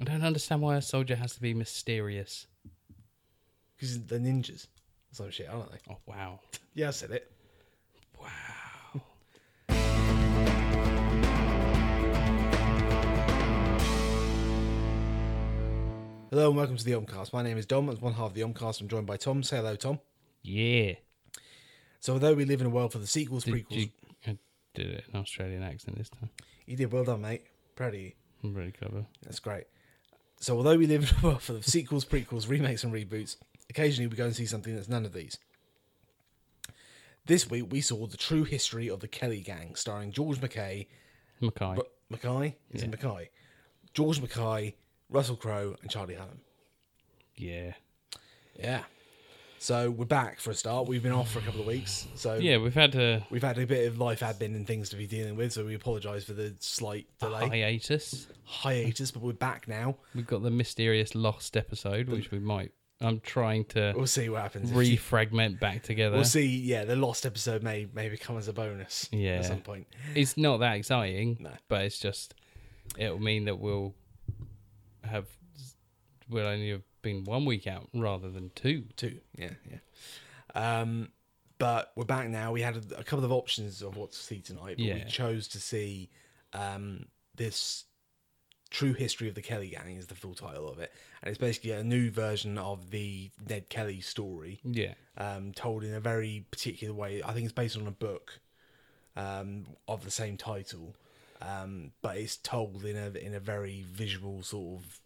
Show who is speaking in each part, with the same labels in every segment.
Speaker 1: I don't understand why a soldier has to be mysterious.
Speaker 2: Because they're ninjas. or Some shit, aren't they?
Speaker 1: Oh wow,
Speaker 2: Yeah, I said it.
Speaker 1: wow.
Speaker 2: Hello and welcome to the Omcast. My name is Dom. As one half of the Omcast, I'm joined by Tom. Say hello, Tom.
Speaker 1: Yeah.
Speaker 2: So, although we live in a world for the sequels,
Speaker 1: Did
Speaker 2: prequels,
Speaker 1: you- I did it in Australian accent this time.
Speaker 2: you did well done, mate. Proud of you.
Speaker 1: I'm really clever.
Speaker 2: That's great. So, although we live in a world for the sequels, prequels, remakes, and reboots, occasionally we go and see something that's none of these. This week we saw the true history of the Kelly Gang, starring George McKay,
Speaker 1: Mackay.
Speaker 2: but Mackay is it Mackay, George Mackay, Russell Crowe, and Charlie Hunnam.
Speaker 1: yeah.
Speaker 2: Yeah. So we're back for a start. We've been off for a couple of weeks, so
Speaker 1: Yeah, we've had a
Speaker 2: we've had a bit of life admin and things to be dealing with. So we apologise for the slight delay,
Speaker 1: hiatus.
Speaker 2: hiatus, but we're back now.
Speaker 1: We've got the mysterious lost episode, which we might. I'm trying to
Speaker 2: We'll see what happens. If you-
Speaker 1: refragment back together.
Speaker 2: We'll see. Yeah, the lost episode may maybe come as a bonus.
Speaker 1: Yeah.
Speaker 2: at some point.
Speaker 1: It's not that exciting,
Speaker 2: No.
Speaker 1: but it's just it'll mean that we'll have we'll only have been one week out rather than two.
Speaker 2: Two. Yeah, yeah. Um, but we're back now. We had a, a couple of options of what to see tonight, but we
Speaker 1: Yeah.
Speaker 2: chose to see um, this true history of the Kelly Gang is the full title of it, and it's basically a new version of the Ned Kelly story.
Speaker 1: Yeah,
Speaker 2: um, told in a very particular way. I think it's based on a book um, of the same title, um, but it's told in a in a very visual sort of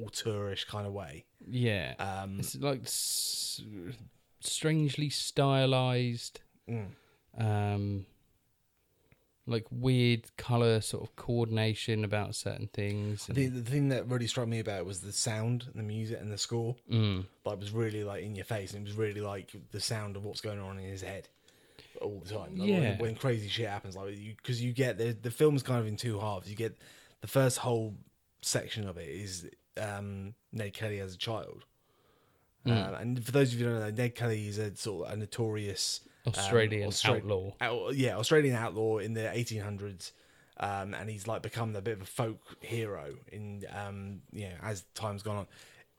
Speaker 2: auteurish kind of way.
Speaker 1: yeah.
Speaker 2: Um,
Speaker 1: it's like s- strangely stylized,
Speaker 2: Mm.
Speaker 1: um, like weird color sort of coordination about certain things. and-
Speaker 2: the, the thing that really struck me about it was the sound, and the music, and the score.
Speaker 1: Mm.
Speaker 2: Like was really like in your face, and it was really like the sound of what's going on in his head all the time. Like, when-
Speaker 1: Yeah.
Speaker 2: when, crazy shit happens, like you because you get the the film's kind of in two halves. You get the first whole section of it is um, Ned Kelly as a child,
Speaker 1: Mm.
Speaker 2: Um, and for those of you who don't know, Ned Kelly is a sort of a notorious um,
Speaker 1: Australian
Speaker 2: Austra-
Speaker 1: outlaw.
Speaker 2: out- yeah, Australian outlaw in the 1800s, um, and he's like become a bit of a folk hero in um, you know as time's gone on.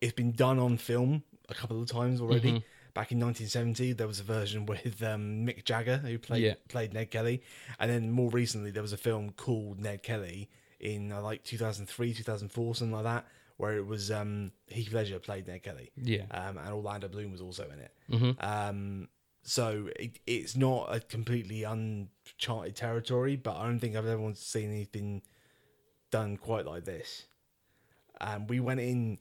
Speaker 2: It's been done on film a couple of times already.
Speaker 1: Mm-hmm.
Speaker 2: Back in 1970, there was a version with um, Mick Jagger who played
Speaker 1: Yeah.
Speaker 2: played Ned Kelly, and then more recently there was a film called Ned Kelly in uh, like 2003, 2004, something like that, where it was um, Heath Ledger played Ned Kelly
Speaker 1: Yeah,
Speaker 2: um, and Orlando Bloom was also in it. Um, so it, it's not a completely uncharted territory, but I don't think I've ever seen anything done quite like this. And we went in.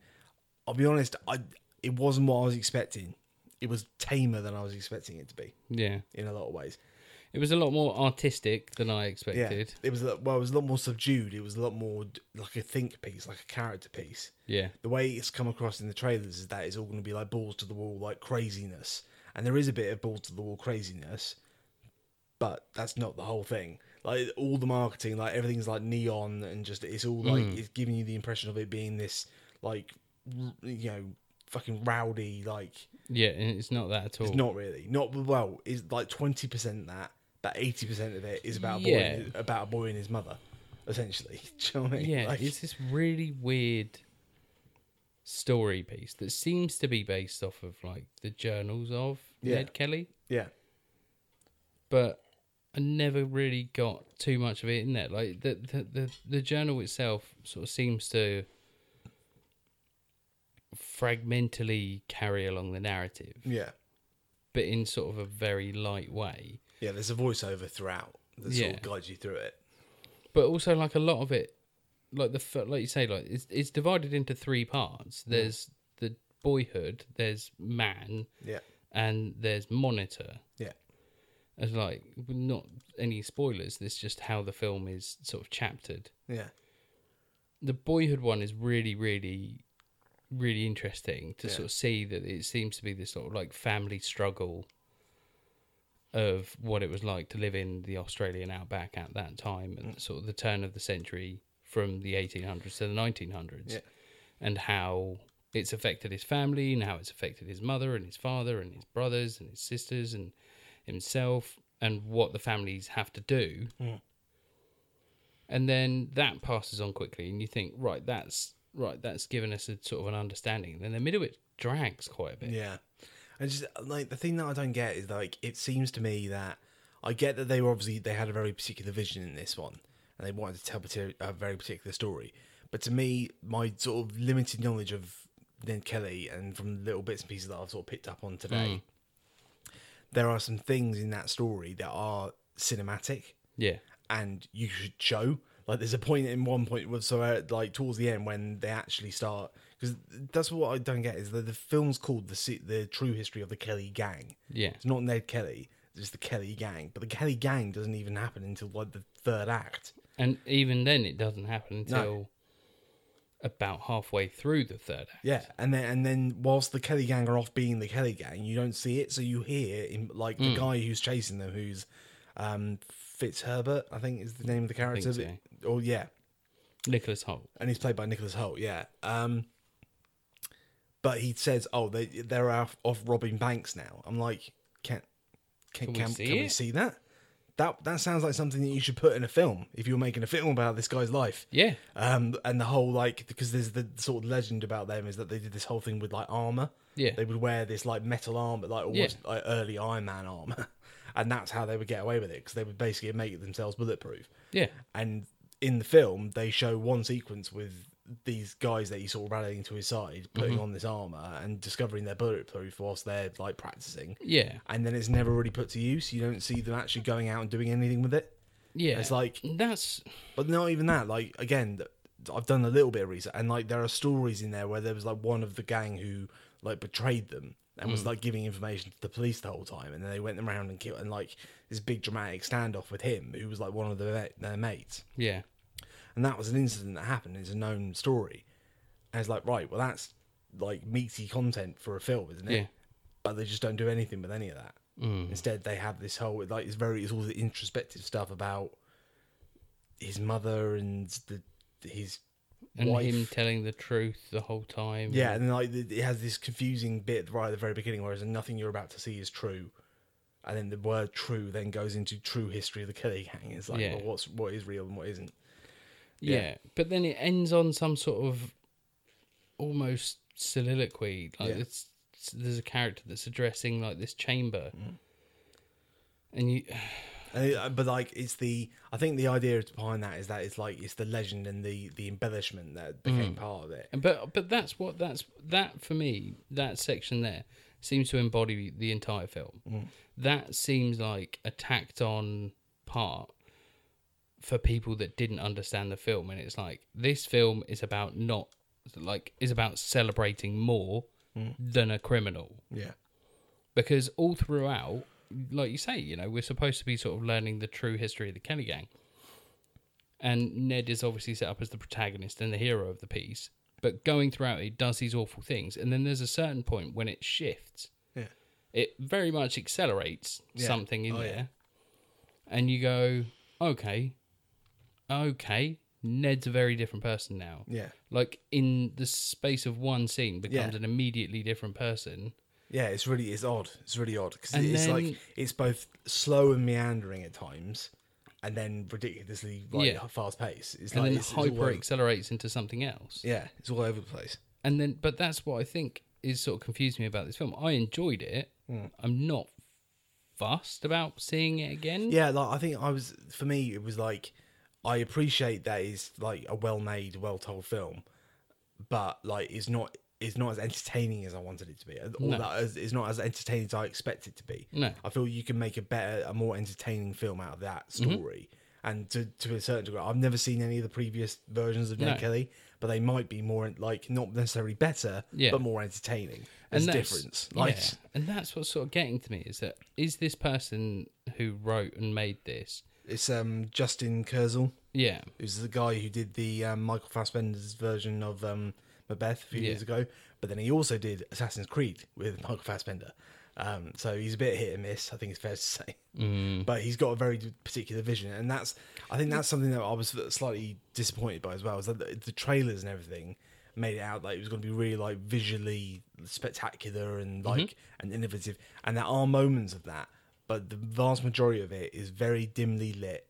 Speaker 2: I'll be honest, I it wasn't what I was expecting. It was tamer than I was expecting it to be
Speaker 1: yeah.
Speaker 2: in a lot of ways.
Speaker 1: It was a lot more artistic than I
Speaker 2: Yeah,
Speaker 1: expected.
Speaker 2: it was a- well, it was a lot more subdued. It was a lot more d- like a think piece, like a character piece.
Speaker 1: Yeah,
Speaker 2: the way it's come across in the trailers is that it's all going to be like balls to the wall, like craziness. And there is a bit of balls to the wall craziness, but that's not the whole thing. Like all the marketing, like everything's like neon and just it's all like
Speaker 1: Mm.
Speaker 2: it's giving you the impression of it being this like r- you know fucking rowdy. Like
Speaker 1: yeah. And it's not that at all.
Speaker 2: it's not really not well. It's like twenty percent that, but eighty percent of it is about a boy and
Speaker 1: Yeah.
Speaker 2: his- about a boy and his mother, essentially. Do you know what I mean?
Speaker 1: Yeah,
Speaker 2: Like-
Speaker 1: it's this really weird story piece that seems to be based off of like the journals of
Speaker 2: Yeah.
Speaker 1: Ned Kelly,
Speaker 2: yeah,
Speaker 1: but I never really got too much of it in there. Like the the the, the journal itself sort of seems to fragmentally carry along the narrative,
Speaker 2: yeah.
Speaker 1: but in sort of a very light way.
Speaker 2: Yeah, there's a voiceover throughout that sort
Speaker 1: Yeah.
Speaker 2: of guides you through it.
Speaker 1: but also like a lot of it like the fir- like you say like it's it's divided into three parts there's the boyhood there's man
Speaker 2: Yeah,
Speaker 1: and there's monitor
Speaker 2: yeah,
Speaker 1: as like not any spoilers this is just how the film is sort of chaptered
Speaker 2: yeah,
Speaker 1: the boyhood one is really really really interesting to
Speaker 2: Yeah.
Speaker 1: sort of see that it seems to be this sort of like family struggle of what it was like to live in the Australian outback at that time
Speaker 2: Mm.
Speaker 1: and sort of the turn of the century from the 1800s to the 1900s
Speaker 2: Yeah.
Speaker 1: and how it's affected his family and how it's affected his mother and his father and his brothers and his sisters and himself and what the families have to
Speaker 2: Mm.
Speaker 1: do and then that passes on quickly and you think right that's right, that's given us a sort of an understanding. Then the middle bit drags quite a bit.
Speaker 2: Yeah. And just like the thing that I don't get is like it seems to me that I get that they were obviously they had a very particular vision in this one and they wanted to tell parti- a very particular story. But to me, my sort of limited knowledge of Ned Kelly and from little bits and pieces that I've sort of picked up on today, there are some things in that story that are cinematic
Speaker 1: Yeah.
Speaker 2: and you should show. Like, there's a point in one point, where- so uh, like towards the end when they actually start, because that's what I don't get is that the film's called the Se- the true history of the Kelly Gang.
Speaker 1: Yeah.
Speaker 2: It's not Ned Kelly, it's just the Kelly Gang. But the Kelly Gang doesn't even happen until like the third act.
Speaker 1: And even then, it doesn't happen until about halfway through the third act.
Speaker 2: Yeah, and then and then whilst the Kelly Gang are off being the Kelly Gang, you don't see it, so you hear in like the guy who's chasing them, who's um Fitzherbert, I think is the name of the character.
Speaker 1: so.
Speaker 2: Oh yeah,
Speaker 1: Nicholas Holt.
Speaker 2: and he's played by Nicholas Holt. Yeah. Um, but he says, "Oh, they they're off, off robbing banks now." I'm like, "Can can can,
Speaker 1: we
Speaker 2: can, we,
Speaker 1: see
Speaker 2: see
Speaker 1: it?
Speaker 2: that? That that sounds like something that you should put in a film if you're making a film about this guy's life."
Speaker 1: Yeah.
Speaker 2: Um, and the whole like because there's the sort of legend about them is that they did this whole thing with like armor.
Speaker 1: Yeah.
Speaker 2: They would wear this like metal armor, like almost like early Iron Man armor, and that's how they would get away with it because they would basically make themselves bulletproof.
Speaker 1: Yeah.
Speaker 2: And in the film, they show one sequence with these guys that he's sort of rallying to his side, putting on this armor and discovering they're bulletproof whilst they're like practicing.
Speaker 1: Yeah.
Speaker 2: And then it's never really put to use. You don't see them actually going out and doing anything with it.
Speaker 1: Yeah.
Speaker 2: It's like,
Speaker 1: that's
Speaker 2: but not even that. Like again, th- I've done a little bit of research, and like there are stories in there where there was like one of the gang who like betrayed them and was like giving information to the police the whole time, and then they went around and killed and like this big dramatic standoff with him, who was like one of the, their mates
Speaker 1: yeah.
Speaker 2: and that was an incident that happened. It's a known story, and it's like right, well, that's like meaty content for a film, isn't it?
Speaker 1: Yeah. Mm.
Speaker 2: But they just don't do anything with any of that. Instead, they have this whole like it's very it's all the introspective stuff about his mother and the his
Speaker 1: And
Speaker 2: wife.
Speaker 1: him telling the truth the whole time.
Speaker 2: Yeah, and then like it it has this confusing bit right at the very beginning, where it's nothing you're about to see is true, and then the word "true" then goes into true history of the Kelly Gang. It's like,
Speaker 1: Yeah.
Speaker 2: well, what's what is real and what isn't?
Speaker 1: Yeah.
Speaker 2: Yeah.
Speaker 1: But then it ends on some sort of almost soliloquy. Like
Speaker 2: Yeah.
Speaker 1: it's, there's a character that's addressing like this chamber.
Speaker 2: Mm.
Speaker 1: And you
Speaker 2: And it- Uh, but like it's the I think the idea behind that is that it's like it's the legend and the the embellishment that
Speaker 1: Mm.
Speaker 2: became part of it.
Speaker 1: And But but that's what that's that for me. That section there seems to embody the entire film. That seems like a tacked on part for people that didn't understand the film, and it's like this film is about not like is about celebrating more than a criminal
Speaker 2: Yeah,
Speaker 1: because all throughout, like you say, you know, we're supposed to be sort of learning the true history of the Kelly Gang, and Ned is obviously set up as the protagonist and the hero of the piece. But going throughout, he does these awful things, and then there's a certain point when it shifts.
Speaker 2: yeah,
Speaker 1: It very much accelerates
Speaker 2: Yeah.
Speaker 1: something in
Speaker 2: Oh, yeah.
Speaker 1: there, and you go, okay, okay, Ned's a very different person now
Speaker 2: yeah,
Speaker 1: like in the space of one scene becomes
Speaker 2: Yeah.
Speaker 1: an immediately different person
Speaker 2: yeah. It's really it's odd. It's really odd because
Speaker 1: And
Speaker 2: it's
Speaker 1: then-
Speaker 2: like it's both slow and meandering at times, and then ridiculously like
Speaker 1: Yeah.
Speaker 2: fast pace. It's
Speaker 1: and
Speaker 2: like
Speaker 1: then
Speaker 2: it's, it's all
Speaker 1: hyper
Speaker 2: over-
Speaker 1: accelerates into something else
Speaker 2: yeah, it's all over the place.
Speaker 1: and then but that's what i think is sort of confused me about this film i enjoyed it
Speaker 2: Hmm.
Speaker 1: i'm not fussed about seeing it again
Speaker 2: Yeah, like I think I was for me it was like I appreciate that it's like a well made, well told film, but like it's not it's not as entertaining as I wanted it to be. Or that is, it's not as entertaining as I expect it to be.
Speaker 1: No.
Speaker 2: I feel you can make a better, a more entertaining film out of that
Speaker 1: Mm-hmm.
Speaker 2: story. And to, to a certain degree, I've never seen any of the previous versions of Ned
Speaker 1: No.
Speaker 2: Kelly, but they might be more like not necessarily better,
Speaker 1: Yeah.
Speaker 2: but more entertaining. There's a difference. Like,
Speaker 1: yeah, and that's what's sort of getting to me is that is this person who wrote and made this
Speaker 2: it's um Justin Kurzel.
Speaker 1: yeah
Speaker 2: who's the guy who did the um, Michael Fassbender's version of um, Macbeth a few years ago. But then he also did Assassin's Creed with Michael Fassbender. Um, so he's a bit hit and miss, I think it's fair to say. But he's got a very particular vision, and that's I think that's something that I was slightly disappointed by as well. Is that the, the trailers and everything made it out like it was going to be really like visually spectacular and like and innovative, and there are moments of that, but the vast majority of it is very dimly lit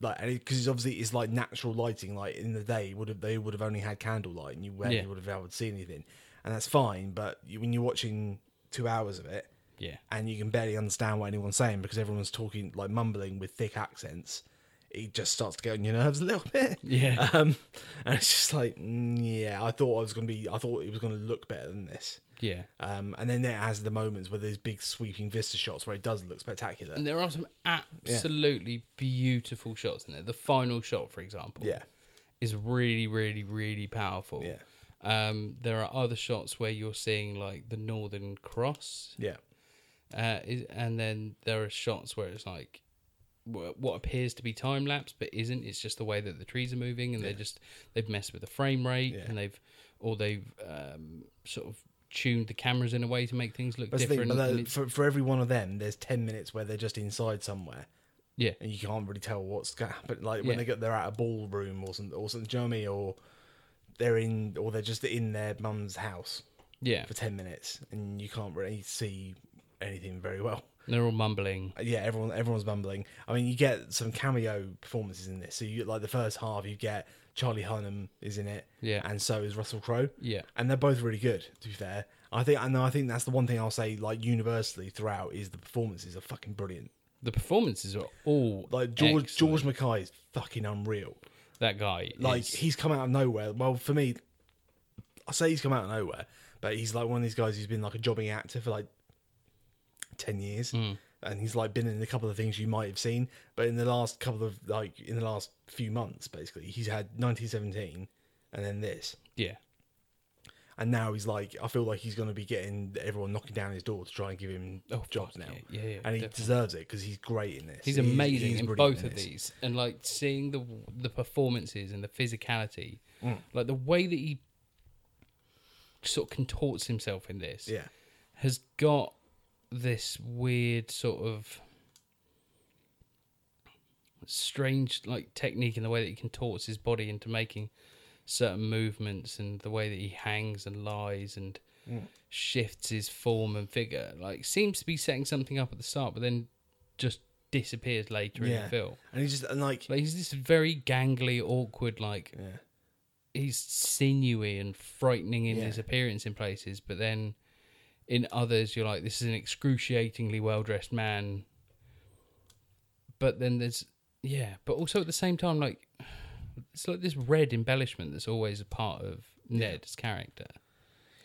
Speaker 2: like and because it's obviously it's like natural lighting. Like in the day, would have they would have only had candlelight, and you where
Speaker 1: Yeah.
Speaker 2: you would have been able to see anything, and that's fine. But you, when you're watching two hours of it,
Speaker 1: Yeah.
Speaker 2: and you can barely understand what anyone's saying because everyone's talking like mumbling with thick accents, it just starts to get on your nerves a little bit.
Speaker 1: Yeah.
Speaker 2: Um, and it's just like, mm, yeah, I thought I was gonna be, I thought it was gonna look better than this.
Speaker 1: Yeah.
Speaker 2: Um, and then it has the moments where there's big sweeping vista shots where it does look spectacular.
Speaker 1: And there are some absolutely beautiful shots in there. The final shot, for example,
Speaker 2: Yeah.
Speaker 1: is really, really, really powerful.
Speaker 2: Yeah.
Speaker 1: Um, there are other shots where you're seeing like the Northern Cross,
Speaker 2: Yeah,
Speaker 1: uh, is, and then there are shots where it's like wh- what appears to be time lapse but isn't. It's just the way that the trees are moving, and they're just they've messed with the frame rate,
Speaker 2: Yeah.
Speaker 1: and they've or they've um, sort of tuned the cameras in a way to make things look
Speaker 2: but that's the thing.
Speaker 1: different.
Speaker 2: But
Speaker 1: and
Speaker 2: that,
Speaker 1: it's-
Speaker 2: for for every one of them, there's ten minutes where they're just inside somewhere.
Speaker 1: yeah,
Speaker 2: and you can't really tell what's going to happen. Like
Speaker 1: Yeah.
Speaker 2: when they get they're at a ballroom or something, or something, do you know what I mean? Or they're in, or they're just in their mum's house
Speaker 1: yeah,
Speaker 2: for ten minutes, and you can't really see anything very well.
Speaker 1: they're all mumbling.
Speaker 2: Uh, Yeah, everyone everyone's mumbling. I mean, you get some cameo performances in this. So you like the first half, you get Charlie Hunnam is in it,
Speaker 1: Yeah.
Speaker 2: and so is Russell Crowe.
Speaker 1: Yeah.
Speaker 2: and they're both really good. To be fair, I think I know. I think that's the one thing I'll say like universally throughout is the performances are fucking brilliant.
Speaker 1: The performances are all
Speaker 2: Like George
Speaker 1: excellent.
Speaker 2: George Mackay is fucking unreal.
Speaker 1: that guy.
Speaker 2: Like
Speaker 1: is-
Speaker 2: he's come out of nowhere. Well, for me, I say he's come out of nowhere, but he's like one of these guys who's been like a jobbing actor for like ten years,
Speaker 1: Hmm.
Speaker 2: and he's like been in a couple of things you might have seen, but in the last couple of like in the last few months, basically, he's had 1917 and then this,
Speaker 1: yeah,
Speaker 2: and now he's like I feel like he's going to be getting everyone knocking down his door to try and give him
Speaker 1: Oh,
Speaker 2: jobs
Speaker 1: fuck
Speaker 2: now,
Speaker 1: yeah, yeah, yeah,
Speaker 2: and he
Speaker 1: definitely.
Speaker 2: deserves it because he's great in this.
Speaker 1: he's
Speaker 2: He is-
Speaker 1: amazing
Speaker 2: he is
Speaker 1: in
Speaker 2: brilliant
Speaker 1: both
Speaker 2: in
Speaker 1: of
Speaker 2: this.
Speaker 1: these, and like seeing the the performances and the physicality,
Speaker 2: Mm.
Speaker 1: like the way that he sort of contorts himself in this,
Speaker 2: Yeah,
Speaker 1: has got this weird sort of strange like technique in the way that he contorts his body into making certain movements and the way that he hangs and lies and shifts his form and figure like seems to be setting something up at the start but then just disappears later in
Speaker 2: yeah,
Speaker 1: the film
Speaker 2: and he just and like
Speaker 1: like he's this very gangly awkward like
Speaker 2: yeah.
Speaker 1: he's sinewy and frightening in
Speaker 2: Yeah.
Speaker 1: his appearance in places, but then in others you're like, this is an excruciatingly well dressed man. But then there's yeah, but also at the same time, like it's like this red embellishment that's always a part of Ned's character.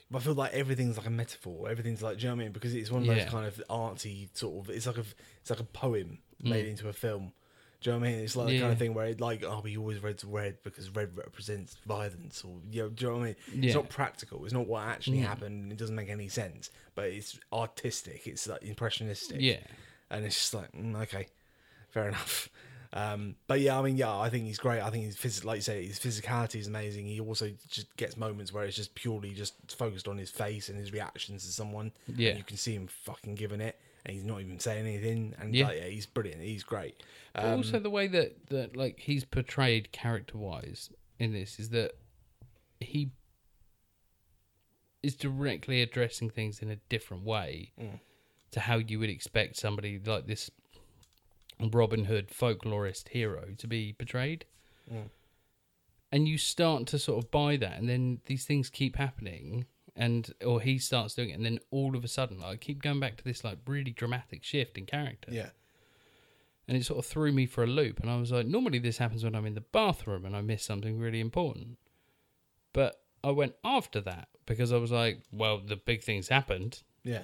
Speaker 2: But I feel like everything's like a metaphor. Everything's like, do you know what I mean? Because it's one of those
Speaker 1: Yeah.
Speaker 2: kind of artsy sort of. It's like a it's like a poem made into a film. Do you know what I mean? It's like the kind
Speaker 1: Mm. Yeah.
Speaker 2: of thing where it like, oh, he always reads red because red represents violence, or you know, do you know what I mean?
Speaker 1: Yeah. Mm.
Speaker 2: It's not practical. It's not what actually happened. It doesn't make any sense, but it's artistic. It's like impressionistic.
Speaker 1: Yeah.
Speaker 2: and it's just like, mm, okay, fair enough. Um, but yeah, I mean, yeah, I think he's great. I think his phys- like you say, his physicality is amazing. He also just gets moments where it's just purely just focused on his face and his reactions to someone. And
Speaker 1: Yeah.
Speaker 2: you can see him fucking giving it, and he's not even saying anything. And
Speaker 1: Yeah.
Speaker 2: yeah, yeah he's brilliant. He's great.
Speaker 1: But also the way that, that like he's portrayed character wise in this is that he is directly addressing things in a different way to how you would expect somebody like this Robin Hood folklorist hero to be portrayed. And you start to sort of buy that and then these things keep happening and or he starts doing it and then all of a sudden like, I keep going back to this like really dramatic shift in character
Speaker 2: Yeah,
Speaker 1: and it sort of threw me for a loop. And I was like, normally this happens when I'm in the bathroom and I miss something really important. But I went after that because I was like, well, the big thing's happened.
Speaker 2: yeah,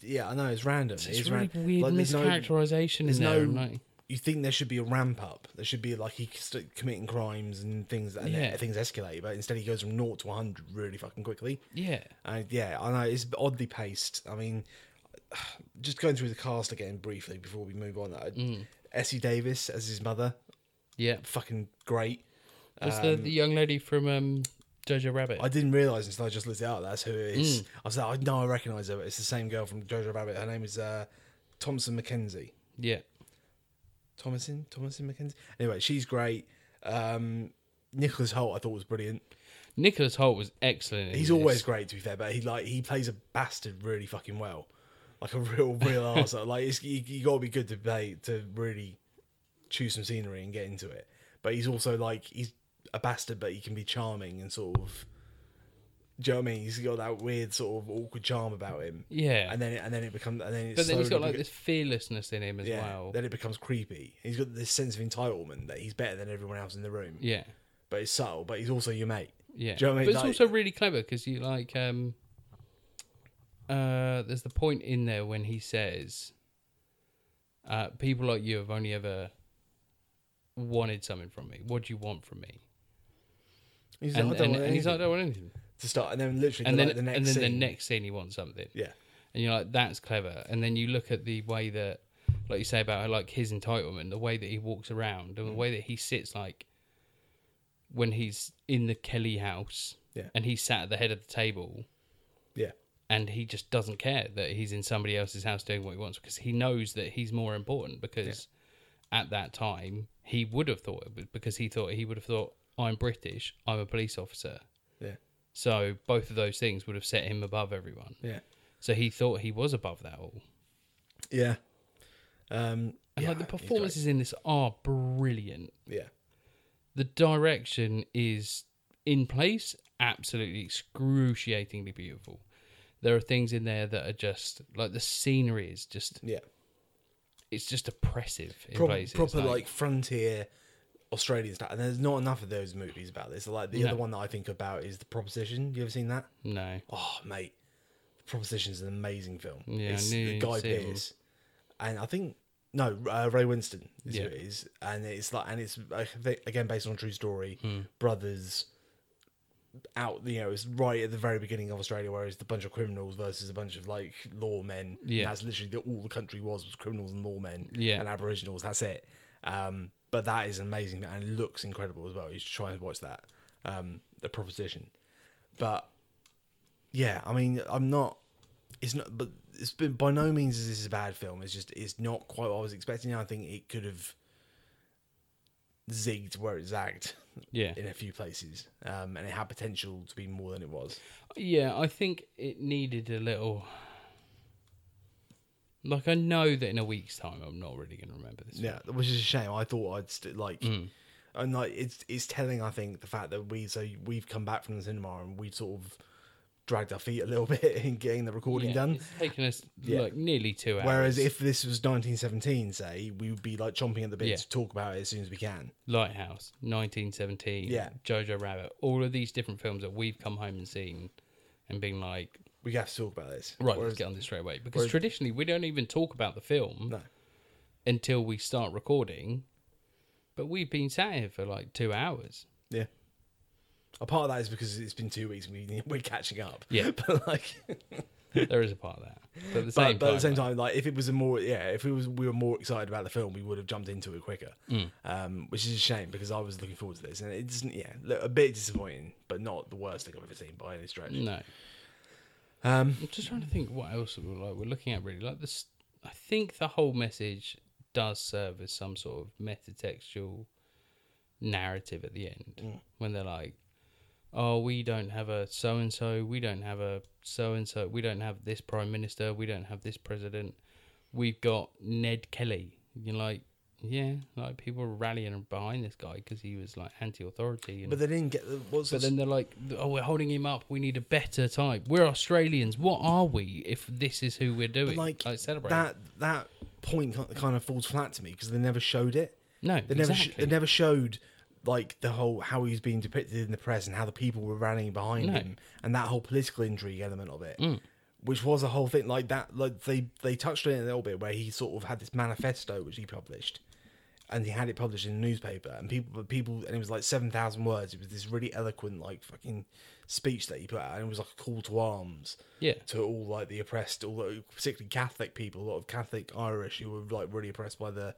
Speaker 2: yeah. I know it's random.
Speaker 1: It's,
Speaker 2: it's
Speaker 1: really
Speaker 2: ran-
Speaker 1: weird
Speaker 2: like, there's no-
Speaker 1: mischaracterization in
Speaker 2: there's
Speaker 1: there.
Speaker 2: no-
Speaker 1: and, like,
Speaker 2: you think there should be a ramp up. There should be like he st- committing crimes and things, and then
Speaker 1: Yeah.
Speaker 2: things escalate. But instead, he goes from naught to one hundred really fucking quickly.
Speaker 1: yeah,
Speaker 2: And yeah, I know it's oddly paced. I mean, just going through the cast again briefly before we move on. I, Essie Davis as his mother,
Speaker 1: yeah.
Speaker 2: fucking great.
Speaker 1: That's the, the young lady from um, Jojo Rabbit.
Speaker 2: I didn't realise until I just looked it up. That's who it is. I was like, I know I recognise her. But it's the same girl from Jojo Rabbit. Her name is uh, Thompson McKenzie.
Speaker 1: yeah,
Speaker 2: Thomasin, Thomasin McKenzie. Anyway, she's great. Um, Nicholas Holt, I thought was brilliant.
Speaker 1: Nicholas Holt was excellent. in
Speaker 2: He's
Speaker 1: this.
Speaker 2: always great, to be fair, but he like he plays a bastard really fucking well, like a real real arsehole. Like it's, you, you got to be good to play to really choose some scenery and get into it. But he's also like he's a bastard, but he can be charming and sort of. Do you know what I mean? He's got that weird sort of awkward charm about him,
Speaker 1: Yeah.
Speaker 2: and then it, and then it becomes and then it's
Speaker 1: but then he's got
Speaker 2: slowly
Speaker 1: like
Speaker 2: beca-
Speaker 1: this fearlessness in him as
Speaker 2: yeah.
Speaker 1: well.
Speaker 2: Then it becomes creepy. He's got this sense of entitlement that he's better than everyone else in the room,
Speaker 1: Yeah.
Speaker 2: but it's subtle. But he's also your mate.
Speaker 1: Yeah.
Speaker 2: Do you know what I mean?
Speaker 1: But it's
Speaker 2: Like-
Speaker 1: also really clever because you like um uh there's the point in there when he says uh people like you have only ever wanted something from me. What do you want from me?
Speaker 2: He's
Speaker 1: And,
Speaker 2: like, I don't
Speaker 1: and,
Speaker 2: want
Speaker 1: and he's like, I
Speaker 2: anything
Speaker 1: don't want anything.
Speaker 2: to start, and then literally
Speaker 1: And then
Speaker 2: the, like, the next
Speaker 1: and then the
Speaker 2: scene-
Speaker 1: next scene he wants something.
Speaker 2: yeah,
Speaker 1: and you're like that's clever and then you look at the way that like you say about like his entitlement the way that he walks around
Speaker 2: Mm.
Speaker 1: and the way that he sits like when he's in the kelly house
Speaker 2: Yeah.
Speaker 1: and he's sat at the head of the table
Speaker 2: yeah,
Speaker 1: and he just doesn't care that he's in somebody else's house doing what he wants because he knows that he's more important because at that time he would have thought it was because he thought he would have thought i'm british i'm a police officer
Speaker 2: yeah,
Speaker 1: so both of those things would have set him above everyone
Speaker 2: yeah,
Speaker 1: so he thought he was above that all
Speaker 2: yeah. Um,
Speaker 1: And
Speaker 2: yeah,
Speaker 1: like the
Speaker 2: he's great.
Speaker 1: performances in this are brilliant.
Speaker 2: yeah,
Speaker 1: The direction is in place, absolutely excruciatingly beautiful. There are things in there that are just like the scenery is just
Speaker 2: yeah.
Speaker 1: it's just oppressive in
Speaker 2: Pro-
Speaker 1: places.
Speaker 2: proper like, frontier Australian stuff. And there's not enough of those movies about this. Like the
Speaker 1: No.
Speaker 2: other one that I think about is the Proposition. You ever seen that?
Speaker 1: no.
Speaker 2: Oh, mate, the Proposition is an amazing film.
Speaker 1: Yeah, I
Speaker 2: it's
Speaker 1: knew
Speaker 2: the
Speaker 1: you'd
Speaker 2: Guy
Speaker 1: say it was-
Speaker 2: Pearce, and I think no uh, Ray Winston is
Speaker 1: Yeah.
Speaker 2: who it is, and it's like and it's I think, again based on a true story.
Speaker 1: Hmm.
Speaker 2: Brothers out, you know, it's right at the very beginning of Australia, where it's a bunch of criminals versus a bunch of like lawmen.
Speaker 1: Yeah.
Speaker 2: and that's literally the, all the country was was criminals and lawmen.
Speaker 1: Yeah.
Speaker 2: and Aboriginals. That's it. Um, but that is amazing and it looks incredible as well. You should try and watch that. Um, the proposition, but yeah, I mean, I'm not. It's not, but it's been by no means is this a bad film. It's just it's not quite what I was expecting. I think it could have zigged where it zagged
Speaker 1: Yeah.
Speaker 2: in a few places, um, and it had potential to be more than it was.
Speaker 1: Yeah, I think it needed a little like I know that in a week's time I'm not really gonna remember this.
Speaker 2: Yeah, which is a shame. I thought I'd st- like,
Speaker 1: Mm.
Speaker 2: and like it's it's telling. I think the fact that we so we've come back from the cinema and we sort of dragged our feet a little bit in getting the recording
Speaker 1: Yeah,
Speaker 2: done.
Speaker 1: It's taken us
Speaker 2: Yeah.
Speaker 1: like nearly two hours.
Speaker 2: Whereas if this was 1917, say, we would be like chomping at the bit
Speaker 1: Yeah.
Speaker 2: to talk about it as soon as we can.
Speaker 1: Lighthouse, 1917,
Speaker 2: Yeah.
Speaker 1: Jojo Rabbit, all of these different films that we've come home and seen and been like,
Speaker 2: We have to talk about this.
Speaker 1: right,
Speaker 2: Whereas-
Speaker 1: let's get on this straight away. Because traditionally, we don't even talk about the film
Speaker 2: No.
Speaker 1: until we start recording. But we've been sat here for like two hours.
Speaker 2: Yeah. A part of that is because it's been two weeks and we, we're catching up.
Speaker 1: Yeah.
Speaker 2: But like,
Speaker 1: there is a part of that. But at the same
Speaker 2: but, but at
Speaker 1: time,
Speaker 2: the same time, like if it was a more yeah, if it was we were more excited about the film, we would have jumped into it quicker.
Speaker 1: Mm.
Speaker 2: Um, which is a shame because I was looking forward to this, and it's yeah, look, a bit disappointing, but not the worst thing I've ever seen by any stretch.
Speaker 1: no.
Speaker 2: Um,
Speaker 1: I'm just trying to think what else we're like. We're looking at really like this. I think the whole message does serve as some sort of metatextual narrative at the end
Speaker 2: Mm.
Speaker 1: when they're like, "Oh, we don't have a so and so. We don't have a so and so. We don't have this prime minister. We don't have this president. We've got Ned Kelly." You're like, yeah, like people are rallying behind this guy because he was like anti-authority. And
Speaker 2: but they didn't get the what's
Speaker 1: but then they're like, oh, we're holding him up. We need a better type. We're Australians. What are we if this is who we're doing?
Speaker 2: like,
Speaker 1: celebrate.
Speaker 2: that that point ki- kind of falls flat to me because they never showed it.
Speaker 1: no,
Speaker 2: They never sh- they never showed like the whole how he's being depicted in the press and how the people were rallying behind
Speaker 1: No. Mm.
Speaker 2: him and that whole political intrigue element of it. Which was a whole thing like that. Like they they touched on it a little bit where he sort of had this manifesto which he published, and he had it published in a newspaper. And people, but people, and it was like seven thousand words. It was this really eloquent like fucking speech that he put out, and it was like a call to arms
Speaker 1: yeah,
Speaker 2: to all like the oppressed, all the- particularly Catholic people, a lot of Catholic Irish who were like really oppressed by the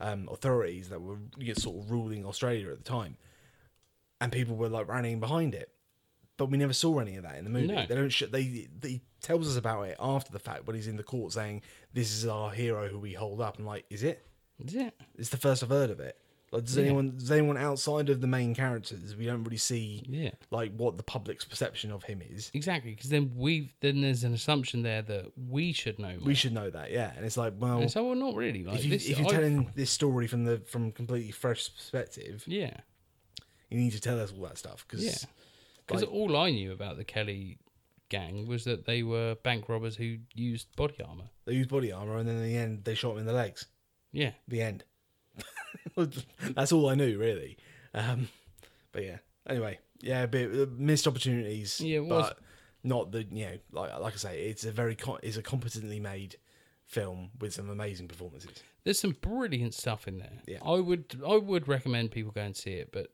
Speaker 2: um, authorities that were you know, sort of ruling Australia at the time, and people were like rallying behind it. But we never saw any of that in the movie.
Speaker 1: No.
Speaker 2: They don't. Sh- they they tells us about it after the fact when he's in the court saying, "This is our hero who we hold up." And like, is it?
Speaker 1: is it?
Speaker 2: It's the first I've heard of it. Like, does
Speaker 1: Yeah.
Speaker 2: anyone does anyone outside of the main characters we don't really see
Speaker 1: Yeah,
Speaker 2: like what the public's perception of him is.
Speaker 1: exactly. Because then we then there's an assumption there that we should know more.
Speaker 2: We should know that, yeah. And it's like, well,
Speaker 1: And so well, not really. Like
Speaker 2: if, you,
Speaker 1: this,
Speaker 2: if you're
Speaker 1: I-
Speaker 2: telling this story from the from completely fresh perspective,
Speaker 1: yeah,
Speaker 2: you need to tell us all that stuff because
Speaker 1: Yeah. because
Speaker 2: Like-
Speaker 1: all I knew about the Kelly gang was that they were bank robbers who used body armor.
Speaker 2: they used body armor, and then in the end they shot him in the legs.
Speaker 1: Yeah,
Speaker 2: The end. That's all I knew really. Um, but yeah. Anyway, yeah, a bit uh, missed opportunities.
Speaker 1: Yeah, it was.
Speaker 2: but not the you know like like I say, it's a very co- it's a competently made film with some amazing performances.
Speaker 1: there's some brilliant stuff in there.
Speaker 2: Yeah.
Speaker 1: I would I would recommend people go and see it, but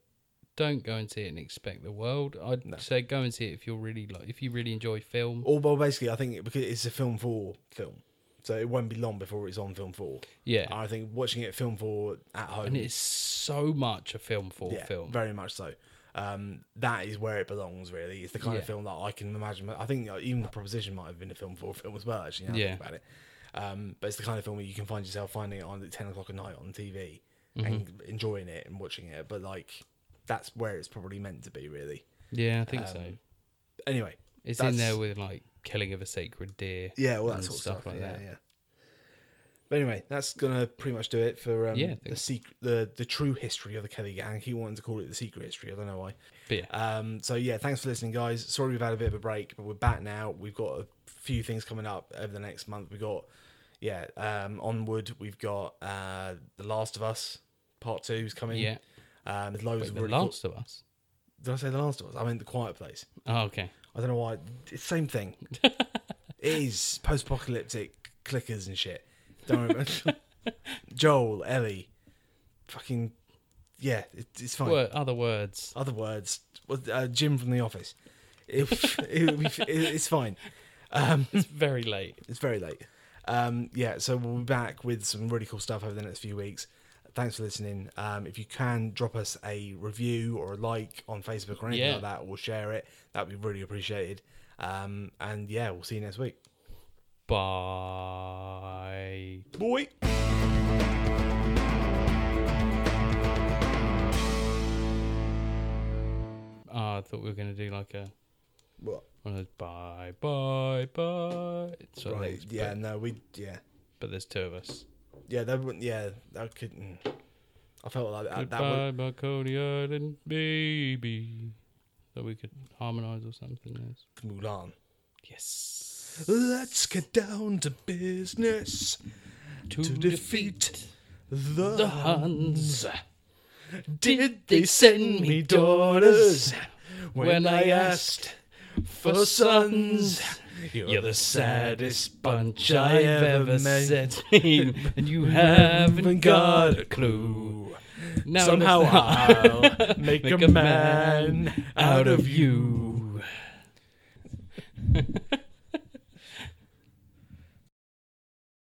Speaker 1: don't go and see it and expect the world. I'd say go and see it if you're really like if you really enjoy film.
Speaker 2: Or well, basically, I think because it's a film for film, so it won't be long before it's on film four.
Speaker 1: Yeah,
Speaker 2: I think watching it film for at home,
Speaker 1: and it's so much a film for
Speaker 2: yeah,
Speaker 1: film.
Speaker 2: very much so. Um, that is where it belongs. Really, it's the kind
Speaker 1: Yeah.
Speaker 2: of film that I can imagine. I think uh, even the proposition might have been a film for film as well. Actually, now yeah.
Speaker 1: Yeah.
Speaker 2: think about it. Um, but it's the kind of film where you can find yourself finding it on at ten o'clock at night on TV
Speaker 1: Mm-hmm.
Speaker 2: and enjoying it and watching it. But like, that's where it's probably meant to be. Really.
Speaker 1: Yeah, I think so.
Speaker 2: Anyway,
Speaker 1: It's
Speaker 2: um, that's-
Speaker 1: in there with like killing of a sacred deer.
Speaker 2: Yeah, well, that
Speaker 1: and
Speaker 2: sort of
Speaker 1: stuff
Speaker 2: stuff,
Speaker 1: like
Speaker 2: yeah,
Speaker 1: that.
Speaker 2: Yeah. But anyway, that's gonna pretty much do it for um,
Speaker 1: Yeah, I think
Speaker 2: the secret, the the true history of the Kelly Gang. I keep wanting to call it the secret history. I don't know why.
Speaker 1: But yeah,
Speaker 2: Um, so yeah, thanks for listening, guys. Sorry we've had a bit of a break, but we're back now. We've got a few things coming up over the next month. We've got yeah, um, onward. We've got uh, the Last of Us Part Two is coming.
Speaker 1: Yeah.
Speaker 2: Um, there's loads
Speaker 1: Wait,
Speaker 2: of
Speaker 1: the
Speaker 2: really cool-
Speaker 1: Last of Us.
Speaker 2: Did I say the Last of Us? I meant the Quiet Place.
Speaker 1: Oh, okay.
Speaker 2: I don't know why. It's same thing. it is post-apocalyptic clickers and shit. Don't remember. Joel, Ellie, fucking yeah, it, it's fine.
Speaker 1: Word, other words.
Speaker 2: Other words, well, uh, Jim from the office. It, it, it, it's fine.
Speaker 1: It's very late.
Speaker 2: It's very late. Um, yeah, so we'll be back with some really cool stuff over the next few weeks. Thanks for listening. Um, if you can drop us a review or a like on Facebook or anything
Speaker 1: Yeah.
Speaker 2: like that, or share it, that'd be really appreciated. Um, and yeah, we'll see you next week.
Speaker 1: Bye.
Speaker 2: Boy.
Speaker 1: Oh, I thought we were gonna do like a
Speaker 2: What?
Speaker 1: one of those bye bye bye. Sort of
Speaker 2: Right.
Speaker 1: things,
Speaker 2: Yeah.
Speaker 1: But,
Speaker 2: No. We. Yeah.
Speaker 1: but there's two of us.
Speaker 2: Yeah. That wouldn't. Yeah. That couldn't. I felt like
Speaker 1: Uh,
Speaker 2: that. that would,
Speaker 1: Goodbye, my Coney Island baby. That we could harmonise or something else.
Speaker 2: Mulan.
Speaker 1: Yes.
Speaker 2: Let's get down to business.
Speaker 1: To,
Speaker 2: defeat The,
Speaker 1: the Huns.
Speaker 2: did they send me daughters when I asked for sons?
Speaker 1: You're the saddest bunch I've ever seen, and you haven't got a clue. Now
Speaker 2: Somehow
Speaker 1: let's
Speaker 2: I'll make,
Speaker 1: make
Speaker 2: a man out of you.
Speaker 1: you.